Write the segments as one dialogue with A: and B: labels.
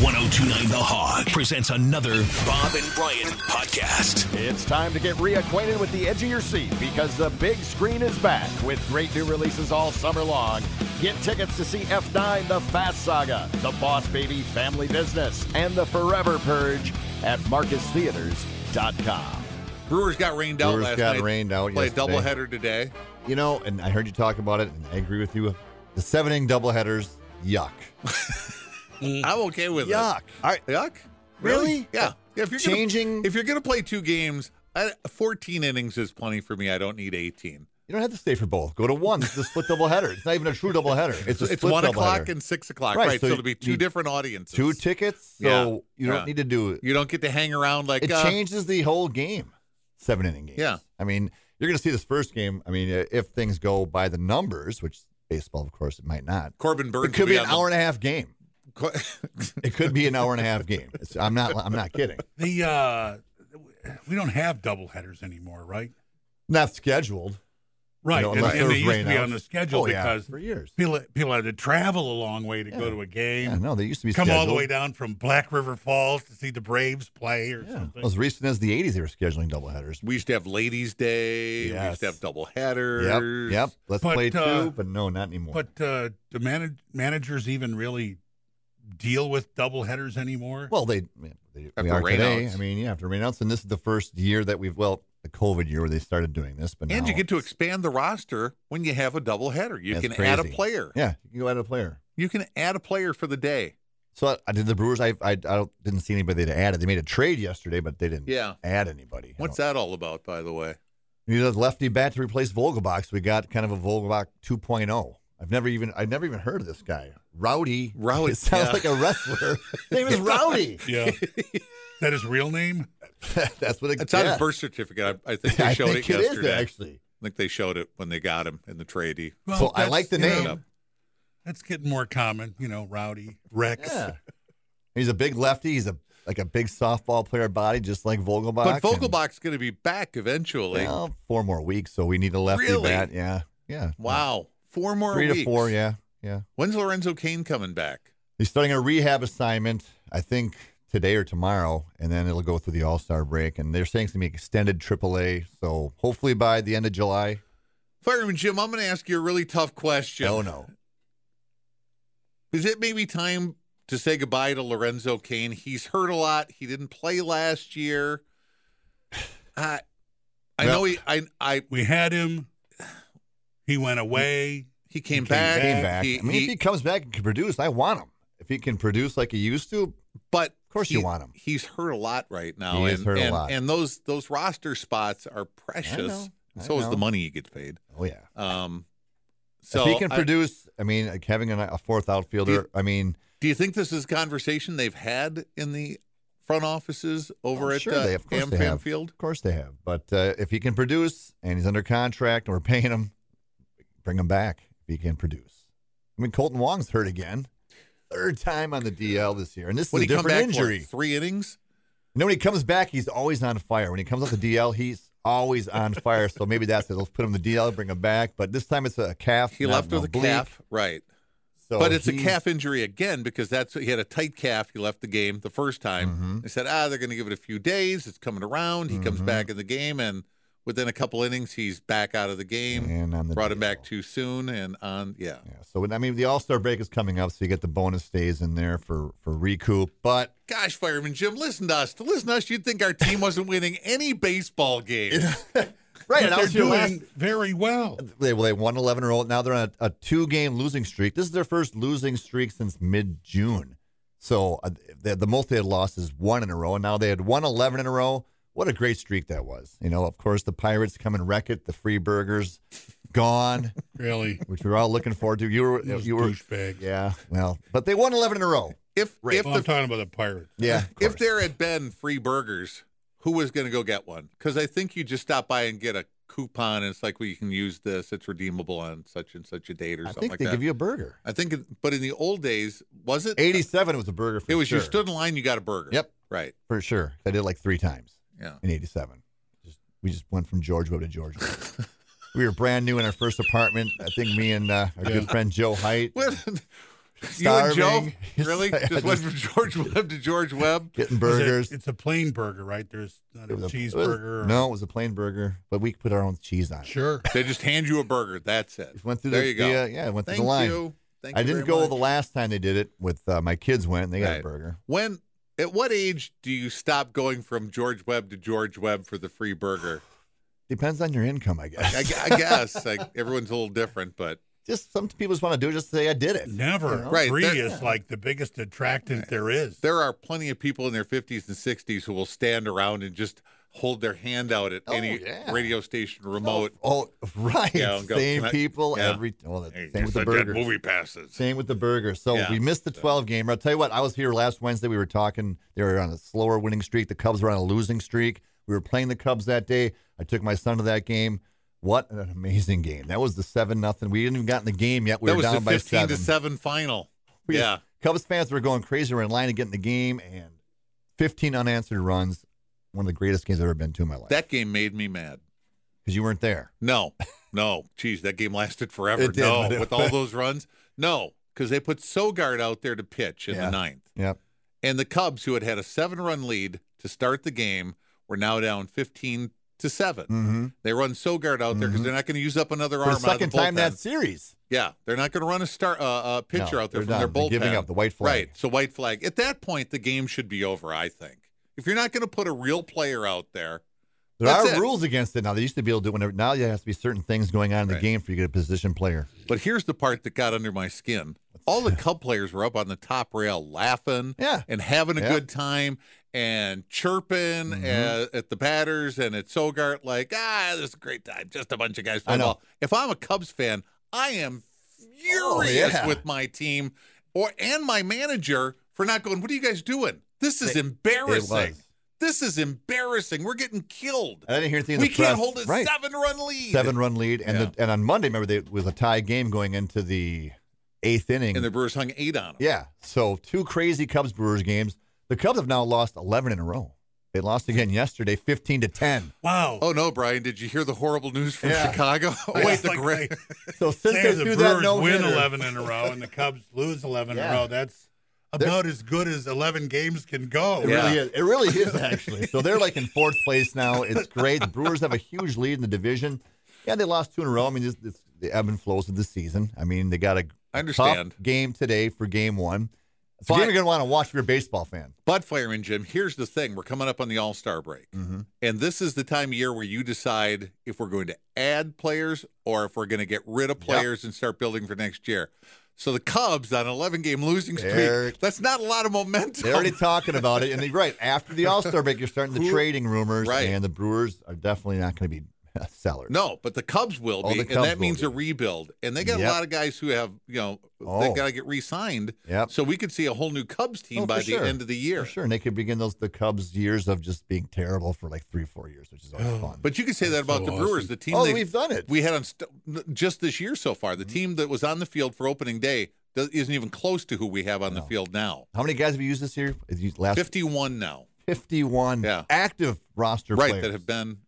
A: 1029 The Hog presents another Bob and Brian podcast.
B: It's time to get reacquainted with the edge of your seat because the big screen is back with great new releases all summer long. Get tickets to see F9, The Fast Saga, The Boss Baby Family Business, and The Forever Purge at MarcusTheaters.com.
C: Brewers got rained out
D: Brewers
C: last
D: got
C: night.
D: rained out
C: Play a
D: yesterday.
C: doubleheader today.
D: You know, and I heard you talk about it, and I agree with you. The seven inning doubleheaders, yuck.
C: I'm okay with
D: Yuck.
C: it.
D: All right.
C: Yuck.
D: Really?
C: Yeah. yeah if you're
D: Changing.
C: Gonna, if you're going to play two games, I, 14 innings is plenty for me. I don't need 18.
D: You don't have to stay for both. Go to one. It's a split doubleheader. It's not even a true doubleheader. It's a
C: It's
D: split
C: one o'clock
D: doubleheader.
C: and six o'clock,
D: Right,
C: right?
D: so
C: so, it'll be two
D: you-
C: different audiences.
D: two tickets. So
C: Yeah,
D: you don't
C: yeah.
D: need to do it.
C: you don't get to hang around like
D: It
C: uh,
D: changes the whole game. Seven inning game.
C: Yeah.
D: I mean, you're going to see this first game. I mean, uh, if things go by the numbers, which baseball, of course, it might not.
C: Corbin Burns.
D: It could
C: will
D: be an hour
C: on
D: and a half game.
C: the-
D: It could be an hour and a half game. It's, I'm not. I'm not kidding.
E: The uh, we don't have double headers anymore, right?
D: Not scheduled.
E: Right,
D: know,
E: and,
D: unless
E: and
D: there
E: they
D: was
E: used to be
D: rainouts.
E: on the schedule
D: Oh, yeah,
E: because
D: for years.
E: people people had to travel a long way to go to a game,
D: Yeah, no, they used to be
E: come all
D: scheduled.
E: the way down from Black River Falls to see the Braves play or something.
D: Well, As recent as the 80s, they were scheduling doubleheaders.
C: we used to have Ladies' Day. We used
D: Yes.
C: to have doubleheaders.
D: Yep, yep. Let's
E: But,
D: play two,
E: uh,
D: but no, not anymore.
E: But uh, do manag managers even really deal with double headers anymore?
D: well, they, they we
C: After
D: are today.
C: rainouts.
D: I mean, yeah, after rainouts, and this is the first year that we've well, the COVID year where they started doing this. But
C: And
D: now
C: you get to
D: it's-
C: expand the roster when you have a doubleheader. You
D: it's
C: can add a
D: crazy.
C: player.
D: Yeah, you can go add a player.
C: You can add a player for the day.
D: So I, I did the Brewers. I, I I don't- didn't see anybody that added. They made a trade yesterday, but they didn't
C: Yeah.
D: add anybody. I
C: What's
D: don't-
C: that all about, by the way?
D: You know, lefty bat to replace Vogelbach. So we got kind of a Vogelbach 2.0. I've never even I've never even heard of this guy. Rowdy.
C: Rowdy,
D: It sounds
C: yeah.
D: like a wrestler. His name is Rowdy.
E: yeah, that his real name.
D: That's what it,
C: It's on
D: yeah.
C: his birth certificate. I, I think
D: I
C: they showed
D: think
C: it
D: is
C: yesterday.
D: actually.
C: I think they showed it when they got him in the trade. He-
E: Well,
D: So I
E: that's,
D: like the
E: you
D: name.
E: know, that's getting more common, you know. Rowdy Rex.
D: Yeah. He's a big lefty. He's a like a big softball player body, just like Vogelbach.
C: But
D: and,
C: Vogelbach's going to be back eventually.
D: well, four more weeks, so we need a lefty
C: Really?
D: bat. Yeah, yeah.
C: Wow. Four more
D: Three
C: weeks.
D: to four. Yeah, yeah.
C: When's Lorenzo Kane coming back?
D: He's starting a rehab assignment, I think today or tomorrow, and then it'll go through the All Star break. And they're saying it's gonna be extended AAA, so hopefully by the end of July.
C: Fireman Jim, I'm going to ask you a really tough question.
D: Oh no,
C: Is it maybe time to say goodbye to Lorenzo Kane? He's hurt a lot. He didn't play last year. I, I
D: Well-
C: know he. I, I
E: We had him. He went away.
C: he came,
E: He came
C: back.
D: came back.
C: He-
D: I mean,
C: he-
D: if he comes back and can produce, I want him. If he can produce like he used to,
C: But of
D: course you want him.
C: He's hurt a lot right now.
D: He
C: and,
D: is hurt a
C: and,
D: lot.
C: and those those roster spots are precious.
D: know. I
C: So is
D: know.
C: the money he gets paid.
D: oh yeah.
C: Um, so
D: if he can
C: I-
D: produce, I mean, like having a, a fourth outfielder,
C: Do you-
D: I mean,
C: do you think this is a conversation they've had in the front offices over
D: I'm
C: at
D: sure
C: uh,
D: they, of course they
C: AmFam
D: have.
C: Field?
D: Of course they have. But uh, if he can produce and he's under contract and we're paying him, bring him back if he can produce. I mean, Colton Wong's hurt again, third time on the DL this year, and this
C: When
D: is
C: he
D: a
C: come
D: different
C: back
D: injury.
C: for three innings,
D: You know, when he comes back, he's always on fire. When he comes off the DL, he's always on fire. So maybe that's it. Let's put him in the DL, bring him back. But this time it's a calf.
C: he
D: not
C: left
D: an
C: with a
D: oblique.
C: calf, right?
D: So
C: but it's a
D: Oh, he-
C: calf injury again because that's he had a tight calf. He left the game the first time.
D: Mm-hmm.
C: They said, ah, they're going to give it a few days. It's coming around. He comes back in the game, and within a couple innings, he's back out of the game.
D: And on the
C: brought him back
D: DL.
C: too soon, and on yeah.
D: Yeah, so when- I mean the All Star break is coming up, so you get the bonus days in there for for recoup. But
C: Gosh, Fireman Jim, listen to us. To listen to us, you'd think our team wasn't winning any baseball games.
D: right,
E: But they're doing very well.
D: they well, they won eleven in a row. Now they're on a, a two game losing streak. This is their first losing streak since mid June. So uh, the, the most they had lost is one in a row, and now they had won eleven in a row. What a great streak that was! You know, of course the Pirates come and wreck it. The free burgers gone,
E: Really,
D: which we were all looking forward to. You were
E: those
D: you were
E: douchebags.
D: yeah. Well, but they won eleven in a row.
C: If
D: Right.
C: if
E: Well, I'm
C: the,
E: talking about the pirates.
D: Yeah, of
C: if
D: course.
C: there had been free burgers, who was going to go get one? Because I think you just stop by and get a coupon, and it's like, well, you can use this. It's redeemable on such and such a date or
D: I
C: something
D: think
C: like
D: they
C: that.
D: give you a burger.
C: I think, it- but in the old days, was it
D: Eighty seven was a burger. For
C: It was
D: sure.
C: you stood in line, you got a burger.
D: Yep.
C: Right.
D: for sure. I did it like three times
C: Yeah.
D: in '87. Just, we just went from George Road to George Road. we were brand new in our first apartment. I think me and uh, our good friend Joe Height.
C: Well,
D: starving.
C: You and Joe? Really?
D: Yeah,
C: Just went from George Webb to George Webb?
D: getting
E: Is it-
D: burgers.
E: it's a plain burger, right? There's not a
D: It was a- it was-
E: cheeseburger. or-
D: no, it was a plain burger, but we put our own cheese on it.
E: Sure.
C: They just hand you a burger. That's it.
D: Went through
C: there
D: the,
C: you go.
D: the, uh, yeah, went through
C: Thank
D: the line.
C: you. Thank
D: I
C: you
D: didn't
C: very
D: go
C: much.
D: the last time they did it with uh, my kids went and they got
C: Right.
D: a burger.
C: When at what age do you stop going from George Webb to George Webb for the free burger?
D: Depends on your income, I guess.
C: I, gu- I guess like everyone's a little different, but
D: just some people just want to do it just to say I did it.
E: Never.
C: Right,
E: Free
C: there-
E: is like the biggest attractant there is.
C: there are plenty of people in their 50s and 60s who will stand around and just hold their hand out at
D: Oh,
C: any
D: yeah.
C: radio station remote.
D: Oh, right.
C: Yeah, and go,
D: same
C: "Can I-"
D: people
C: Yeah.
D: every. Well, the,
C: Hey,
D: same
C: just
D: with the
C: like that
D: burger.
C: movie passes.
D: Same with the burger. So
C: Yeah.
D: we missed the 12 game. I'll tell you what, I was here last Wednesday. We were talking. They were on a slower winning streak. The Cubs were on a losing streak. We were playing the Cubs that day. I took my son to that game. What an amazing game. That was the 7 nothing. We didn't even got in the game yet. We
C: that
D: were
C: was
D: down
C: the
D: by
C: 15 to
D: 7.
C: 7 final.
D: We
C: yeah.
D: just- Cubs fans were going crazy. We're in line to get in the game and 15 unanswered runs. One of the greatest games I've ever been to in my life.
C: That game made me mad.
D: Because you weren't there.
C: No, no. Geez, that game lasted forever.
D: It did,
C: no,
D: but it-
C: with all those runs. No, because they put Sogard out there to pitch in
D: Yeah.
C: the ninth.
D: Yep.
C: And the Cubs, who had had a seven run lead to start the game, were now down 15 to 7.
D: Mm-hmm.
C: They run Sogard out there because they're not going to use up another
D: For
C: arm
D: the second
C: out of the
D: time
C: bullpen.
D: that series.
C: Yeah, they're not going to run a star uh, uh, pitcher
D: No,
C: out there from their
D: they're done. They're
C: bullpen.
D: giving up the white flag.
C: Right, so white flag. At that point, the game should be over. I think if you're not going to put a real player out there,
D: There
C: That's
D: are
C: it.
D: rules against it now. They used to be able to do it whenever. Now there has to be certain things going on in the
C: Right.
D: game for you to get a position player.
C: But here's the part that got under my skin. All the Cub players were up on the top rail laughing
D: Yeah.
C: and having a
D: Yeah. Mm-hmm.
C: good time and chirping at, at the batters and at Sogart, like, ah, this is a great time. Just a bunch of guys
D: I
C: playing
D: know.
C: ball. If I'm a Cubs fan, I am
D: Oh,
C: furious
D: yeah.
C: with my team or and my manager for not going, what are you guys doing? This is embarrassing. This is embarrassing. We're getting killed.
D: And I didn't hear anything. in
C: We
D: the
C: can't
D: press.
C: hold a
D: right.
C: seven run lead.
D: seven run lead, and
C: Yeah.
D: the, and on Monday, remember they, it was a tie game going into the eighth inning.
C: And the Brewers hung eight on them.
D: yeah, so two crazy Cubs Brewers games. The Cubs have now lost eleven in a row. They lost again yesterday, fifteen to ten.
E: Wow.
C: Oh no, Brian! Did you hear the horrible news from
D: Yeah.
C: Chicago? Oh,
E: It's
C: wait, the
E: like
C: great.
E: they-
D: So since
E: say
D: they
E: the
D: threw
E: Brewers
D: that no
E: win
D: hitter,
E: 11 in a row and the Cubs lose 11 in
D: Yeah.
E: a row, that's
D: They're-
E: about as good as 11 games can go.
D: It
C: Yeah.
D: really is. It really is actually. So they're like in fourth place now. It's great. The Brewers have a huge lead in the division. Yeah, they lost two in a row. I mean, it's, it's the ebb and flows of the season. I mean, they got a
C: I understand.
D: tough game today for game one. It's a
C: But-
D: game you're going to want to watch if you're a baseball fan.
C: Bud Fireman Jim, here's the thing: we're coming up on the All Star break, and this is the time of year where you decide if we're going to add players or if we're going to get rid of players and start building for next year. So the Cubs on an 11 game losing streak.
D: They're-
C: that's not a lot of momentum.
D: They're already talking about it. And they're right. After the All Star break, you're starting the trading rumors.
C: Right.
D: And the Brewers are definitely not going to be sellers.
C: no, but the Cubs will
D: Oh,
C: be,
D: the
C: and
D: Cubs
C: that
D: will
C: means
D: be.
C: a rebuild. And they got a
D: Yep.
C: lot of guys who have, you know, they
D: Oh.
C: got to get re-signed.
D: Yep.
C: So we could see a whole new Cubs team
D: Oh,
C: by
D: for
C: the
D: sure.
C: end of the year.
D: For sure. And they could begin those the Cubs' years of just being terrible for like three, four years, which is always fun.
C: Oh, But you could say that about
E: so
C: the Brewers,
E: awesome.
C: the team
D: Oh,
C: they-
D: we've Mm-hmm. done it.
C: We had on st- just this year so far. The team that was on the field for opening day do- isn't even close to who we have on the field now.
D: How many guys have you used this year? Is you- Last
C: 51 now,
D: 51
C: Yeah.
D: active roster
C: right?
D: players
C: That have been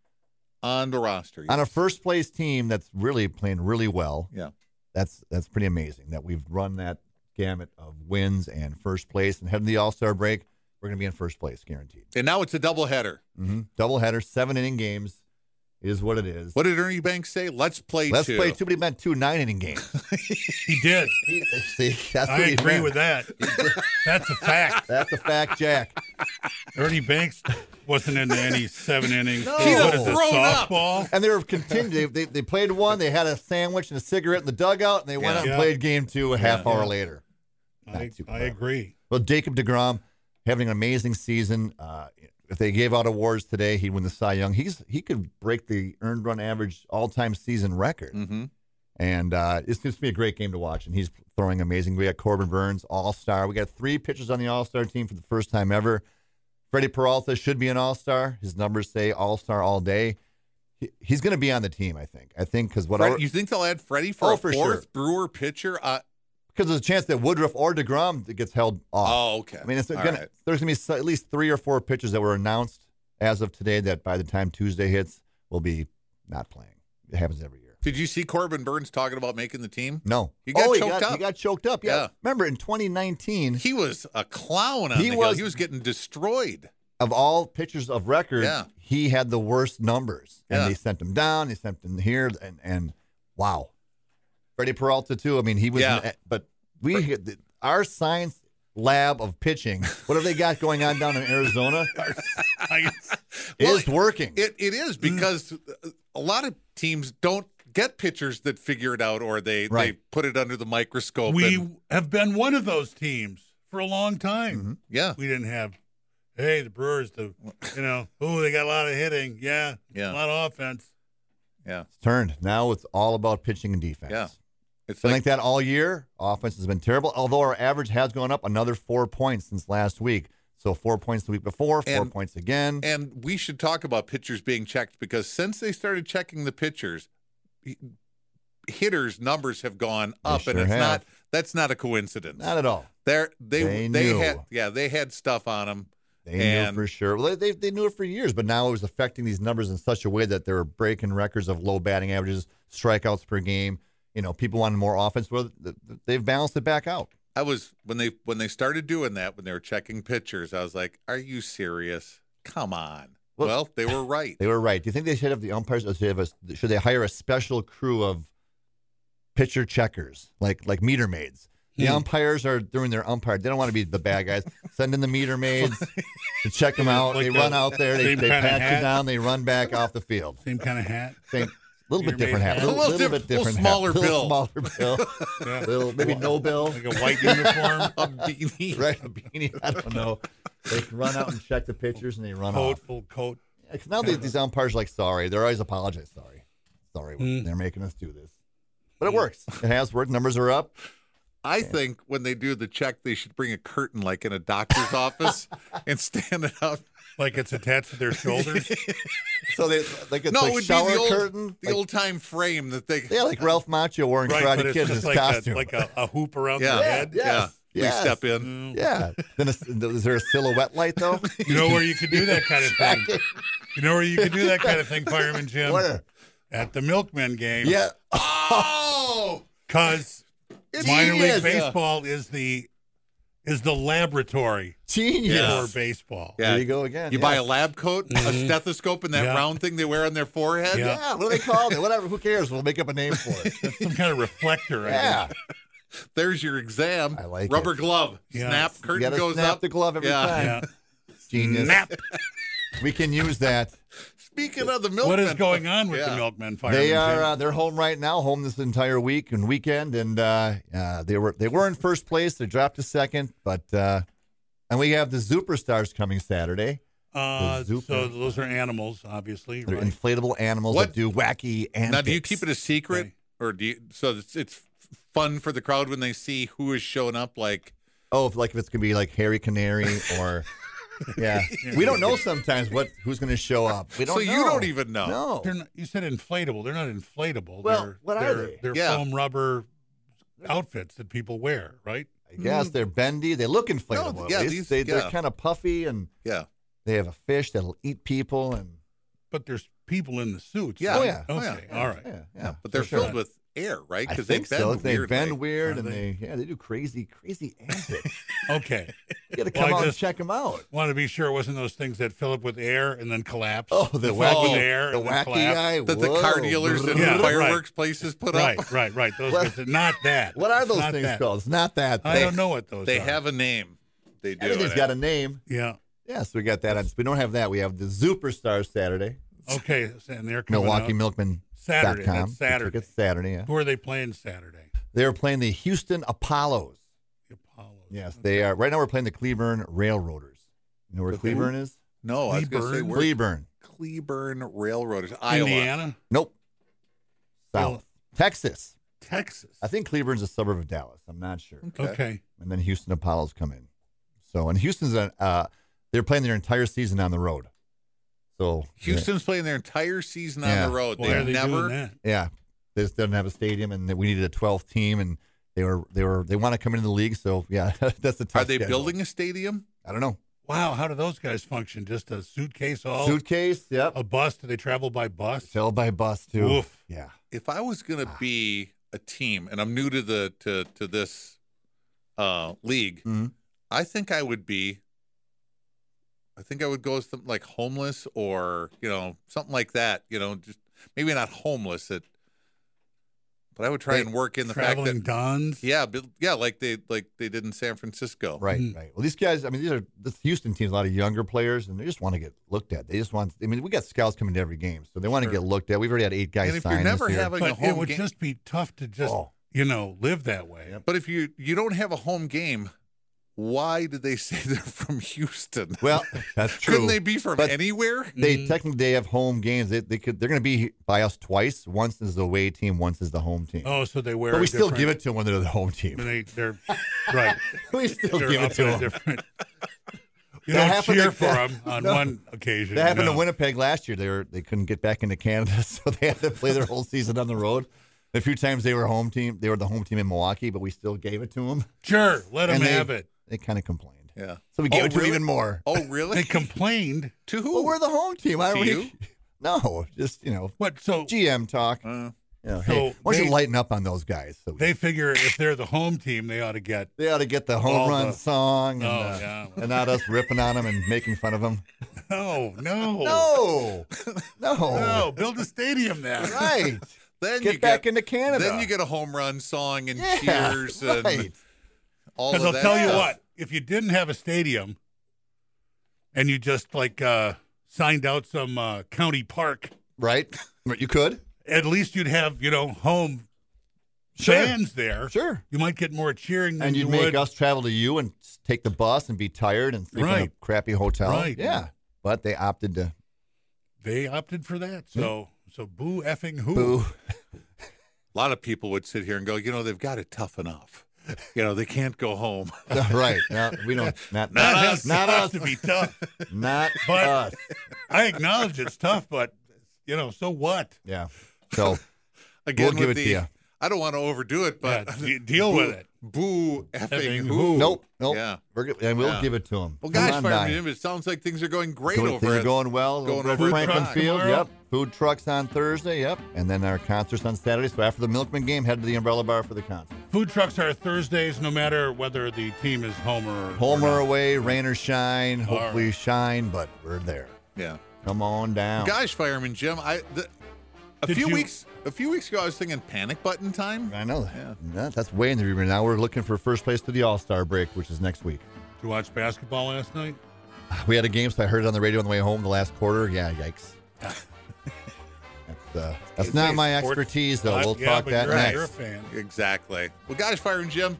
C: on the roster.
D: on a first place team that's really playing really well.
C: yeah.
D: That's that's pretty amazing that we've run that gamut of wins and first place and heading to the All Star break. We're going to be in first place, guaranteed.
C: And now it's a doubleheader.
D: Mm-hmm. Doubleheader, seven inning games is what it is.
C: What did Ernie Banks say? Let's play
D: Let's
C: two.
D: play two, but he meant two nine inning games.
E: He did.
D: See, that's
E: I
D: what he
E: agree
D: meant.
E: with that. That's a fact.
D: That's a fact, Jack.
E: Ernie Banks wasn't in any seven innings.
C: No.
E: What is
D: He'd have
E: it,
C: thrown up.
E: softball?
D: And they were continued. They, they, they played one. They had a sandwich and a cigarette in the dugout, and they went
C: Yeah.
D: out and
E: Yeah.
D: played game two a half
C: Yeah.
D: hour later.
E: I,
D: Not too
E: I
D: clever.
E: agree.
D: Well, Jacob DeGrom having an amazing season. Uh, if they gave out awards today, he'd win the Cy Young. He's he could break the earned run average all time season record,
C: Mm-hmm.
D: and uh, it's just be a great game to watch. And he's throwing amazing. We got Corbin Burns, All Star. We got three pitchers on the All Star team for the first time ever. Freddie Peralta should be an All Star. His numbers say All Star all day. He, he's going to be on the team, I think. I think because what
C: you think they'll add Freddie for
D: Oh,
C: a
D: for sure.
C: fourth Brewer pitcher? Uh,
D: because there's a chance that Woodruff or Degrom gets held off.
C: oh, okay.
D: I mean, it's
C: All
D: gonna,
C: right.
D: there's going to be so- at least three or four pitchers that were announced as of today that by the time Tuesday hits, will be not playing. It happens every year.
C: Did you see Corbin Burns talking about making the team?
D: No.
C: He got
D: oh,
C: choked
D: he got,
C: up.
D: He got choked up. Yeah.
C: Yeah.
D: Remember in 2019,
C: He was a clown on
D: He
C: the
D: was-
C: hill. He was getting destroyed.
D: of all pitchers of record,
C: Yeah.
D: he had the worst numbers. And
C: Yeah.
D: they sent him down. They sent him here. And and wow, Freddie Peralta too. I mean, he was.
C: Yeah.
D: But we our science lab of pitching, what have they got going on down in Arizona?
C: Well,
D: is working.
C: It it
D: Mm.
C: is because uh, a lot of teams don't get pitchers that figure it out or they they
D: Right.
C: put it under the microscope.
E: we
C: and-
E: have been one of those teams for a long time.
D: Mm-hmm.
C: yeah
E: We didn't have, hey, the Brewers, the, you know, oh, they got a lot of hitting. Yeah,
C: Yeah.
E: a lot of offense.
C: yeah
D: it's turned. Now it's all about pitching and defense.
C: Yeah. it's
D: Been
C: like,
D: like that all year. Offense has been terrible, although our average has gone up another four points since last week. So four points the week before, four
C: And-
D: points again.
C: and we should talk about pitchers being checked because since they started checking the pitchers, h- hitters numbers have gone up, and
D: sure
C: it's
D: have.
C: not that's not a coincidence.
D: Not at all.
C: They're, they
D: They
C: they
D: knew.
C: had yeah they had stuff on them.
D: They
C: And-
D: knew for sure. Well, they, they knew it for years, but now it was affecting these numbers in such a way that they were breaking records of low batting averages, strikeouts per game. You know, people wanted more offense. Well, th- th- they've balanced it back out.
C: I was when they when they started doing that when they were checking pitchers, I was like, "Are you serious? Come on!"
D: Well-
C: Well, they were right.
D: They were right. Do you think they should have the umpires? Or should, they have a, should they hire a special crew of pitcher checkers, like like meter maids? The
E: Hmm.
D: umpires are doing their umpire. They don't want to be the bad guys. Send in the meter maids to check them out.
E: Like
D: they
E: the
D: run out there. They,
E: same
D: they
E: kinda
D: pat you
E: hat.
D: down. They run back off the field.
E: Same kind of hat.
D: Think, a little bit
E: Meter
D: different
E: maid
D: hat.
E: hat.
D: A
C: A
D: little,
C: little diff-
D: bit
C: little
D: different
C: smaller
D: hat.
C: bill.
D: Little smaller bill.
E: Yeah.
D: little, maybe no bill.
E: Like a white uniform.
C: A beanie.
D: Right, a beanie. I don't know. They run out and check the pitchers, and they run off.
E: coat, full coat.
D: Yeah, 'cause now these, these umpires are like, sorry. They're always apologizing. Sorry. Sorry.
E: Mm.
D: They're making us do this. But it works. It has worked. Numbers are up.
C: I think when they do the check, they should bring a curtain like in a doctor's office and stand it up.
E: Like it's attached to their shoulders.
D: So they like it's
C: No,
D: like
C: it would be
D: shower
C: the old
D: curtain.
C: the
D: like-
C: old time frame that they
D: yeah, like Ralph Macchio wearing
E: right, but
D: Karate
E: it's
D: Kid in his
E: just like, a,
D: costume.
E: like a, a hoop around
C: Yeah.
E: their head.
D: Yeah, yes,
C: yeah.
D: yes.
C: We step in.
D: yeah. Then is is there a silhouette light though?
E: You know where you could do that kind of thing. You know where you could do that kind of thing, Fireman Jim?
D: Where?
E: At the Milkman game.
D: Yeah.
C: Oh,
E: Because
C: it's
E: minor
C: genius.
E: league baseball is the is the laboratory
D: Genius.
E: for baseball.
C: Yeah.
D: There you go again.
C: You buy
D: yeah. Mm-hmm.
C: a lab coat, a stethoscope, and that
E: Yeah.
C: round thing they wear on their forehead.
E: Yeah.
D: Yeah, what do they call it? Whatever. Who cares? We'll make up a name for it.
E: Some kind of reflector. I
D: Yeah.
E: think.
C: There's your exam.
D: I like
C: rubber
D: it.
C: glove.
E: Yeah.
C: Snap.
D: You
C: Curtain
D: gotta
C: goes
D: snap
C: up.
D: the glove every
C: Yeah.
D: time.
E: Yeah.
D: Genius.
E: Nap.
D: We can use that.
C: Speaking of the milk,
E: What is going on with
C: Yeah.
E: the Milkman Fireman
D: They are
E: Jim?
D: uh, they're home right now, home this entire week and weekend, and uh, uh, they were they were in first place. They dropped to second, but uh, and we have the Superstars coming Saturday.
E: Uh,
D: the Zupa.
E: so those are animals, obviously.
D: They're
E: Right?
D: inflatable animals
C: What-
D: that do wacky antics.
C: Now, do you keep it a secret,
E: Okay.
C: or do you? So it's, it's fun for the crowd when they see who is showing up. Like,
D: Oh, if, like if it's gonna be like Harry Canary or yeah, we don't know sometimes what who's gonna show up. We don't.
C: so you
D: know.
C: don't even know.
D: No.
E: They're not, you said inflatable. They're not inflatable.
D: Well,
E: they're,
D: what are
E: they're,
D: they?
E: They're
C: Yeah.
E: foam rubber outfits that people wear, right?
D: I guess they're bendy. They look inflatable. at
C: yeah,
D: least.
C: these-
D: they,
C: yeah.
D: They're kind of puffy and
C: Yeah.
D: they have a fish that'll eat people and
E: But there's people in the suits.
C: Yeah.
D: Oh,
E: right?
D: yeah.
E: Okay.
C: Oh,
E: All right.
D: yeah, yeah.
C: But they're
D: for sure.
C: filled with air, right?
D: I
C: Because
D: think
C: they
D: so.
C: bend
D: They
C: weird.
D: bend
C: like-
D: weird,
E: Are
D: and
E: they?
D: they yeah they do crazy crazy antics.
E: Okay.
D: you got to
E: Well,
D: come
E: I
D: out and
E: just-
D: check them out.
E: Want to be sure it wasn't those things that fill up with air and then collapse.
D: Oh, the
E: Fill up
D: wacky,
E: with air,
D: the
E: and then
D: wacky
E: collapse.
D: guy
C: That the car dealers and
E: Yeah, right.
C: fireworks places put
E: Right,
C: up.
E: right, right. Those
D: What-
E: guys, not that.
D: What are
E: It's
D: those
E: not
D: things
E: that.
D: called? It's not that.
E: I
D: thing.
E: don't know what those
C: They
E: are.
C: have a name. They do.
D: Everything's
C: and
D: got a name.
E: Yeah.
D: Yeah, so we got that. on- We don't have that. We have the Superstars Saturday.
E: Okay. And they're coming
D: Milwaukee
E: out.
D: Milkman.
E: Saturday, that's Saturday.
D: It's Saturday. Yeah.
E: Who are they playing Saturday?
D: They are playing the Houston Apollos.
E: The Apollos.
D: Yes, they are. Right now, we're playing the Cleburne Railroaders. You know where
C: Who?
D: Cleburne is?
C: No, I was going to say
E: Cleburne?
C: we're
D: Cleburne.
C: Cleburne Railroaders, Iowa,
E: Indiana,
D: Nope. South.
E: Well-
D: Texas.
E: Texas.
D: I think Cleburne's a suburb of Dallas. I'm not sure.
E: Okay.
D: And then Houston Apollos come in. So, and Houston's, a, uh, they're playing their entire season on the road. So,
C: Houston's playing their entire season
D: Yeah.
C: on the road.
E: Why
C: They've
E: are they
C: never.
E: doing that?
D: Yeah, they just didn't have a stadium, and we needed a 12th team, and they were they were they want to come into the league. So yeah, that's the. tough
C: Are they
D: schedule.
C: building a stadium?
D: I don't know.
E: Wow, how do those guys function? Just a suitcase all
C: Oh.
D: Suitcase. Yep.
E: a bus? Do they travel by bus?
D: Sell by bus too.
E: Oof.
D: Yeah.
C: if I was going to
D: Ah.
C: be a team, and I'm new to the to to this uh, league,
D: Mhm.
C: I think I would be. I think I would go with something like homeless or you know something like that. You know, just maybe not homeless. It, but I would try
D: They-
C: and work in the fact
E: Traveling
C: that
E: Dons.
C: yeah, but, yeah, like they like they did in San Francisco.
D: Oh, Right,
E: Mm.
D: right. Well, these guys, I mean, these are this Houston team's a lot of younger players, and they just want to get looked at. They just want. I mean, we got scouts coming to every game, so they want to
C: Sure.
D: get looked at. We've already had eight guys
C: And if
D: signed
C: you're never
D: this year.
C: having a
E: But
C: home
E: it would
C: game,
E: just be tough to just,
D: Oh.
E: you know, live that way.
C: but if you you don't have a home game, why did they say they're from Houston?
D: well, that's true.
C: Couldn't they Mm. be from
D: But-
C: anywhere?
D: They
E: Mhm.
D: technically they have home games. They, they could. They're going to be by us twice. Once is the away team. Once is the home team.
E: Oh, so they wear.
D: but
E: a
D: we still
E: different-
D: give it to them when they're the home team.
E: They, they're right.
D: we still
E: they're
D: give it
E: up
D: to
E: in a
D: them.
E: different. You
D: That
E: don't
D: happened
E: cheer
D: to-
E: for them on
D: No.
E: one occasion.
D: That happened
E: no.
D: to Winnipeg last year. They were they couldn't get back into Canada, so they had to play their whole season on the road. A few times they were home team. They were the home team in Milwaukee, but we still gave it to them.
E: Sure, let them
D: And they-
E: have it.
D: They kind of complained.
C: Yeah.
D: So we gave
C: Oh,
D: it to 'em
C: really?
D: even more.
C: Oh,
E: They
C: really?
E: complained.
C: to who?
D: Well, we're the home team. I
C: To
D: we-
C: you?
D: No, just you know,
E: What? So
D: GM talk.
C: Uh,
D: You know,
E: so
D: hey, why don't
E: they-
D: you lighten up on those guys? So we-
E: they figure if they're the home team, they ought to get.
D: they ought to get the home
E: All
D: run
E: the-
D: song, and,
E: Oh,
D: uh,
E: yeah.
D: and not us ripping on them and making fun of them.
E: No, no,
D: No, no,
E: Oh. no, Build a stadium then.
D: right.
C: then you
D: Get back
C: get,
D: into Canada.
C: Then you get a home run song and
D: yeah,
C: cheers and
D: right.
C: all of
E: Because
C: that.
E: I'll tell you
C: stuff.
E: what, if you didn't have a stadium, and you just like uh, signed out some uh, county park,
D: right? But you could.
E: at least you'd have you know home
D: Sure.
E: fans there.
D: Sure.
E: You might get more cheering than
D: And you'd
E: you
D: make
E: would.
D: us travel to you and s- take the bus and be tired and sleep in a
E: Right.
D: crappy hotel.
E: Right.
D: Yeah. But they opted to
E: they opted for that, so so boo effing who?
D: Hmm? boo.
C: A lot of people would sit here and go, you know, they've got it tough enough. You know, they can't go home.
D: right. No, we don't. Not,
E: That
D: not
E: has
D: us. Not
E: got
D: us.
E: to be tough.
D: Not
E: But-
D: us.
E: I acknowledge it's tough, but you know, so what?
D: Yeah. So
C: Again,
D: give
C: with
D: it
C: the,
D: to you.
C: I don't want to overdo it, but
E: Yeah, de- deal
C: boo,
E: with it.
C: Boo effing,
E: Effing
C: who?
E: who.
D: nope. Nope.
C: Yeah.
D: We're good. And we'll
C: Yeah.
D: give it to them.
C: Well, guys, Fireman Jim, it sounds like things are going great over
D: things
C: at
D: are going well.
C: going
D: over
C: over
D: at
C: at
D: Franklin
C: Rock
D: Field.
E: tomorrow.
D: Yep. Food trucks on Thursday. Yep. And then our concerts on Saturday. So after the Milkman game, head to the Umbrella Bar for the concert.
E: Food trucks are Thursdays, no matter whether the team is home or
D: Home or
E: or not.
D: away, rain or shine.
E: All
D: Hopefully shine, but we're there.
C: Yeah.
D: Come on down.
C: Gosh, Fireman Jim, I the, a
E: Did
C: few
E: you-
C: weeks a few weeks ago I was thinking panic button time.
D: I know that.
C: Yeah.
D: That- That's way in the rear. Now we're looking for first place to the All Star break, which is next week.
E: Did you watch basketball last night?
D: We had a game, so I heard it on the radio on the way home the last quarter. Yeah, yikes. that's uh, that's not my
E: Sports-
D: expertise, though.
E: Uh,
D: We'll
E: yeah,
D: talk
E: but
D: that
E: you're,
D: next.
E: You're a fan.
C: Exactly. Well, guys, Fireman Jim,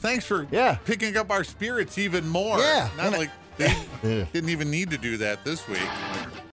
C: thanks for
D: Yeah.
C: picking up our spirits even more.
D: Yeah.
C: Not
D: And I-
C: like they
D: Yeah.
C: didn't even need to do that this week.